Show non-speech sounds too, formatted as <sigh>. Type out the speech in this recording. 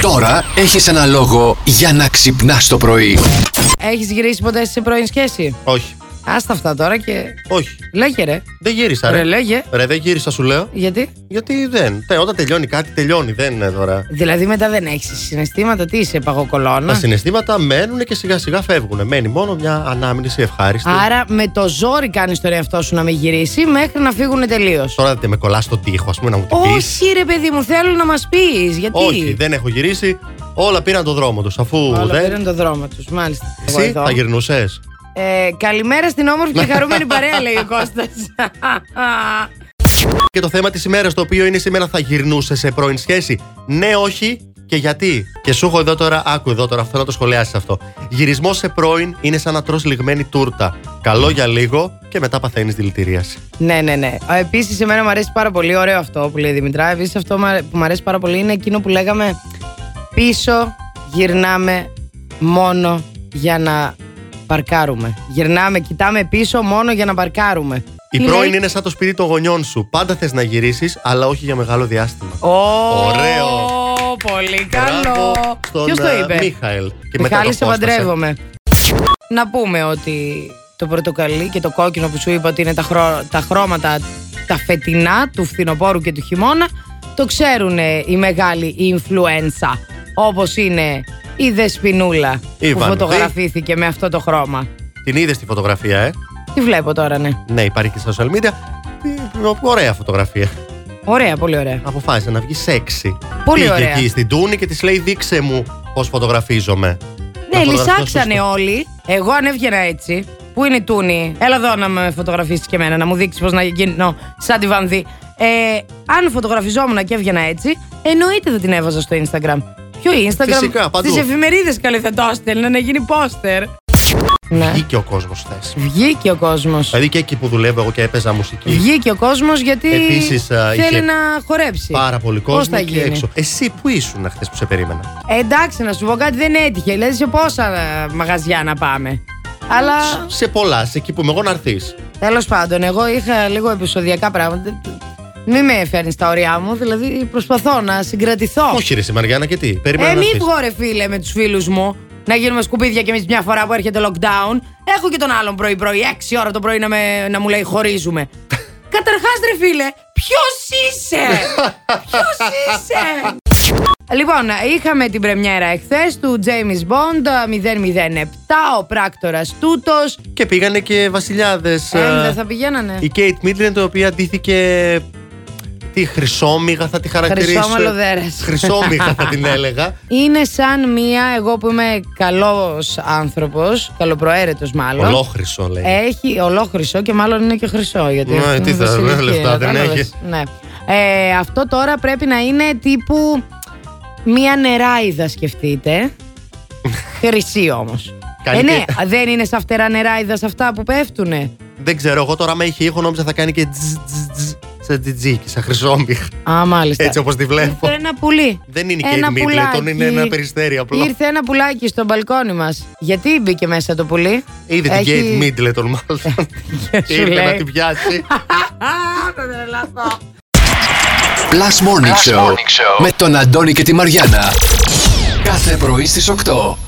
Τώρα έχεις ένα λόγο για να ξυπνάς το πρωί. Έχεις γυρίσει ποτέ σε πρώην σχέση. Όχι. Άστα αυτά τώρα και. Όχι. Λέγε ρε. Δεν γύρισα, Ρε, ρε. λέγε. Ρε, δεν γύρισα, σου λέω. Γιατί. Γιατί δεν. Τε, όταν τελειώνει κάτι, τελειώνει. Δεν είναι τώρα. Δηλαδή μετά δεν έχεις συναισθήματα, τι είσαι παγοκολώνα. Τα συναισθήματα μένουν και σιγά σιγά φεύγουν. Μένει μόνο μια ανάμνηση ευχάριστη. Άρα με το ζόρι κάνεις τον εαυτό σου να με γυρίσει μέχρι να φύγουν τελείως. Τώρα δεν με κολλάς στον τοίχο, ας πούμε, να μου το πεις. Όχι, ρε παιδί μου, θέλω να μας πεις. Γιατί. Όχι, δεν έχω γυρίσει. Όλα πήραν τον δρόμο τους. Αφού Όλα δεν. πήραν το δρόμο τους, μάλιστα. Εγώ Εσύ εδώ. θα γυρνούσες. Ε, καλημέρα στην όμορφη και <laughs> χαρούμενη παρέα, λέει ο Κώστας. <laughs> Και το θέμα της ημέρας, το οποίο είναι σήμερα, θα γυρνούσε σε πρώην σχέση. Ναι, όχι και γιατί. Και σου έχω εδώ τώρα, άκου εδώ τώρα, αυτό να το σχολιάσεις αυτό. Γυρισμό σε πρώην είναι σαν να τρως λιγμένη τούρτα. Καλό για λίγο και μετά παθαίνεις δηλητηρίαση. ναι, ναι, ναι. Επίσης, εμένα μου αρέσει πάρα πολύ. Ωραίο αυτό που λέει η Δημητρά. Επίσης, αυτό μα- που μου αρέσει πάρα πολύ είναι εκείνο που λέγαμε πίσω γυρνάμε μόνο για να παρκάρουμε. Γυρνάμε, κοιτάμε πίσω μόνο για να παρκάρουμε. Η πρώην είναι σαν το σπίτι των γονιών σου. Πάντα θες να γυρίσεις, αλλά όχι για μεγάλο διάστημα. Ω, Ωραίο. Πολύ Μπράβο καλό. Στον ε, Ποιος το α, είπε. Μίχαελ. Και μετά Μιχάλη, το σε απόσπασε. παντρεύομαι. Να πούμε ότι το πορτοκαλί και το κόκκινο που σου είπα ότι είναι τα, χρω- τα χρώματα τα φετινά του φθινοπόρου και του χειμώνα το ξέρουν ε, οι μεγάλοι influenza όπως είναι η Δεσποινούλα Η που Βανδύ. φωτογραφήθηκε με αυτό το χρώμα. Την είδες τη φωτογραφία, ε. Τι βλέπω τώρα, ναι. Ναι, υπάρχει και στα social media. Ε, Ωραία φωτογραφία. Ωραία, πολύ ωραία. Αποφάσισε να βγεις σεξι. Πολύ Πήγε ωραία. εκεί στην Τούνη και της λέει: Δείξε μου πώς φωτογραφίζομαι. Να Ναι, φωτογραφιστώ λυσάξανε στο- όλοι. Εγώ αν έβγαινα έτσι. Πού είναι η Τούνη, έλα εδώ να με φωτογραφίσεις και εμένα, να μου δείξεις πώς να γίνω σαν τη Βανδύ. Ε, αν φωτογραφιζόμουν και έβγαινα έτσι, εννοείται δεν την έβαζα στο Instagram. Ποιο Instagram, Φυσικά, παντού. Στις εφημερίδες καλή θα το έστελνε να γίνει πόστερ. Ναι. Βγήκε ο κόσμος χθες. Βγήκε ο κόσμος. Δηλαδή και εκεί που δουλεύω εγώ και έπαιζα μουσική. Βγήκε ο κόσμος γιατί ε, Επίσης, α, θέλει είχε να χορέψει. Πάρα πολύ Πώς κόσμο θα και γίνει? έξω. Εσύ που ήσουν χθες που σε περίμενα. Ε, εντάξει, να σου πω κάτι δεν έτυχε. Λες σε πόσα ε, μαγαζιά να πάμε. Αλλά Σε πολλά, σε εκεί που είμαι εγώ να έρθεις. Τέλος πάντων, εγώ είχα λίγο επεισοδιακά πράγματα. Μην με φέρνεις στα ωριά μου, δηλαδή προσπαθώ να συγκρατηθώ. Όχι, ρε, εσύ, Μαριάννα, και τι. Περίμενα Ε, να μη έρθεις. βγω ρε φίλε με τους φίλους μου να γίνουμε σκουπίδια κι εμείς μια φορά που έρχεται lockdown. Έχω και τον άλλον πρωί-πρωί, 6 ώρα το πρωί να, με, να μου λέει χωρίζουμε. <laughs> Καταρχάς, ρε φίλε, ποιος είσαι! ποιος είσαι! Λοιπόν, είχαμε την πρεμιέρα εχθές του James Bond ε, 007, ο πράκτορας τούτος. Και πήγανε και βασιλιάδες. Ε, δεν θα πηγαίνανε. Η Κέιτ Μίτλεν, η οποία αντίθηκε. Τι χρυσόμυγα θα τη χαρακτηρίσω. Χρυσόμαλοδέρας. Χρυσόμυγα θα <laughs> την έλεγα. Είναι σαν μία, εγώ που είμαι καλός άνθρωπος, καλοπροαίρετος μάλλον. Ολόχρυσο λέει. Ε, Έχει ολόχρυσο και μάλλον είναι και χρυσό. Γιατί Ναι, αυτό τι είναι θα, ναι, βασιλική, λεφτά δεν κατάλαβες. έχει. Ναι. Ε, αυτό τώρα πρέπει να είναι τύπου μία νεράιδα <laughs> σκεφτείτε. Χρυσή όμως. Κάνει ε, ναι, και- δεν είναι σαν φτερά νεράιδα σε αυτά που πέφτουνε. Δεν ξέρω, εγώ τώρα με είχε ήχο νόμιζα θα κάνει και τζ, τζ, τζ, σαν τζιτζίκι, σαν χρυσόμυγα. Α, μάλιστα. Έτσι όπως τη βλέπω. Ήρθε ένα πουλί. Δεν είναι η Ένα Κέιτ Μίτλετον, πουλάκι. είναι ένα περιστέρι απλό. Ήρθε ένα πουλάκι στο μπαλκόνι μας. Γιατί μπήκε μέσα το πουλί. Είδε την Κέιτ Μίτλετον μάλλον. <laughs> σου Ήρθε να λέει. την πιάσει. Plus Morning, Show, με τον Αντώνη και τη Μαριάνα. Κάθε πρωί στις 8.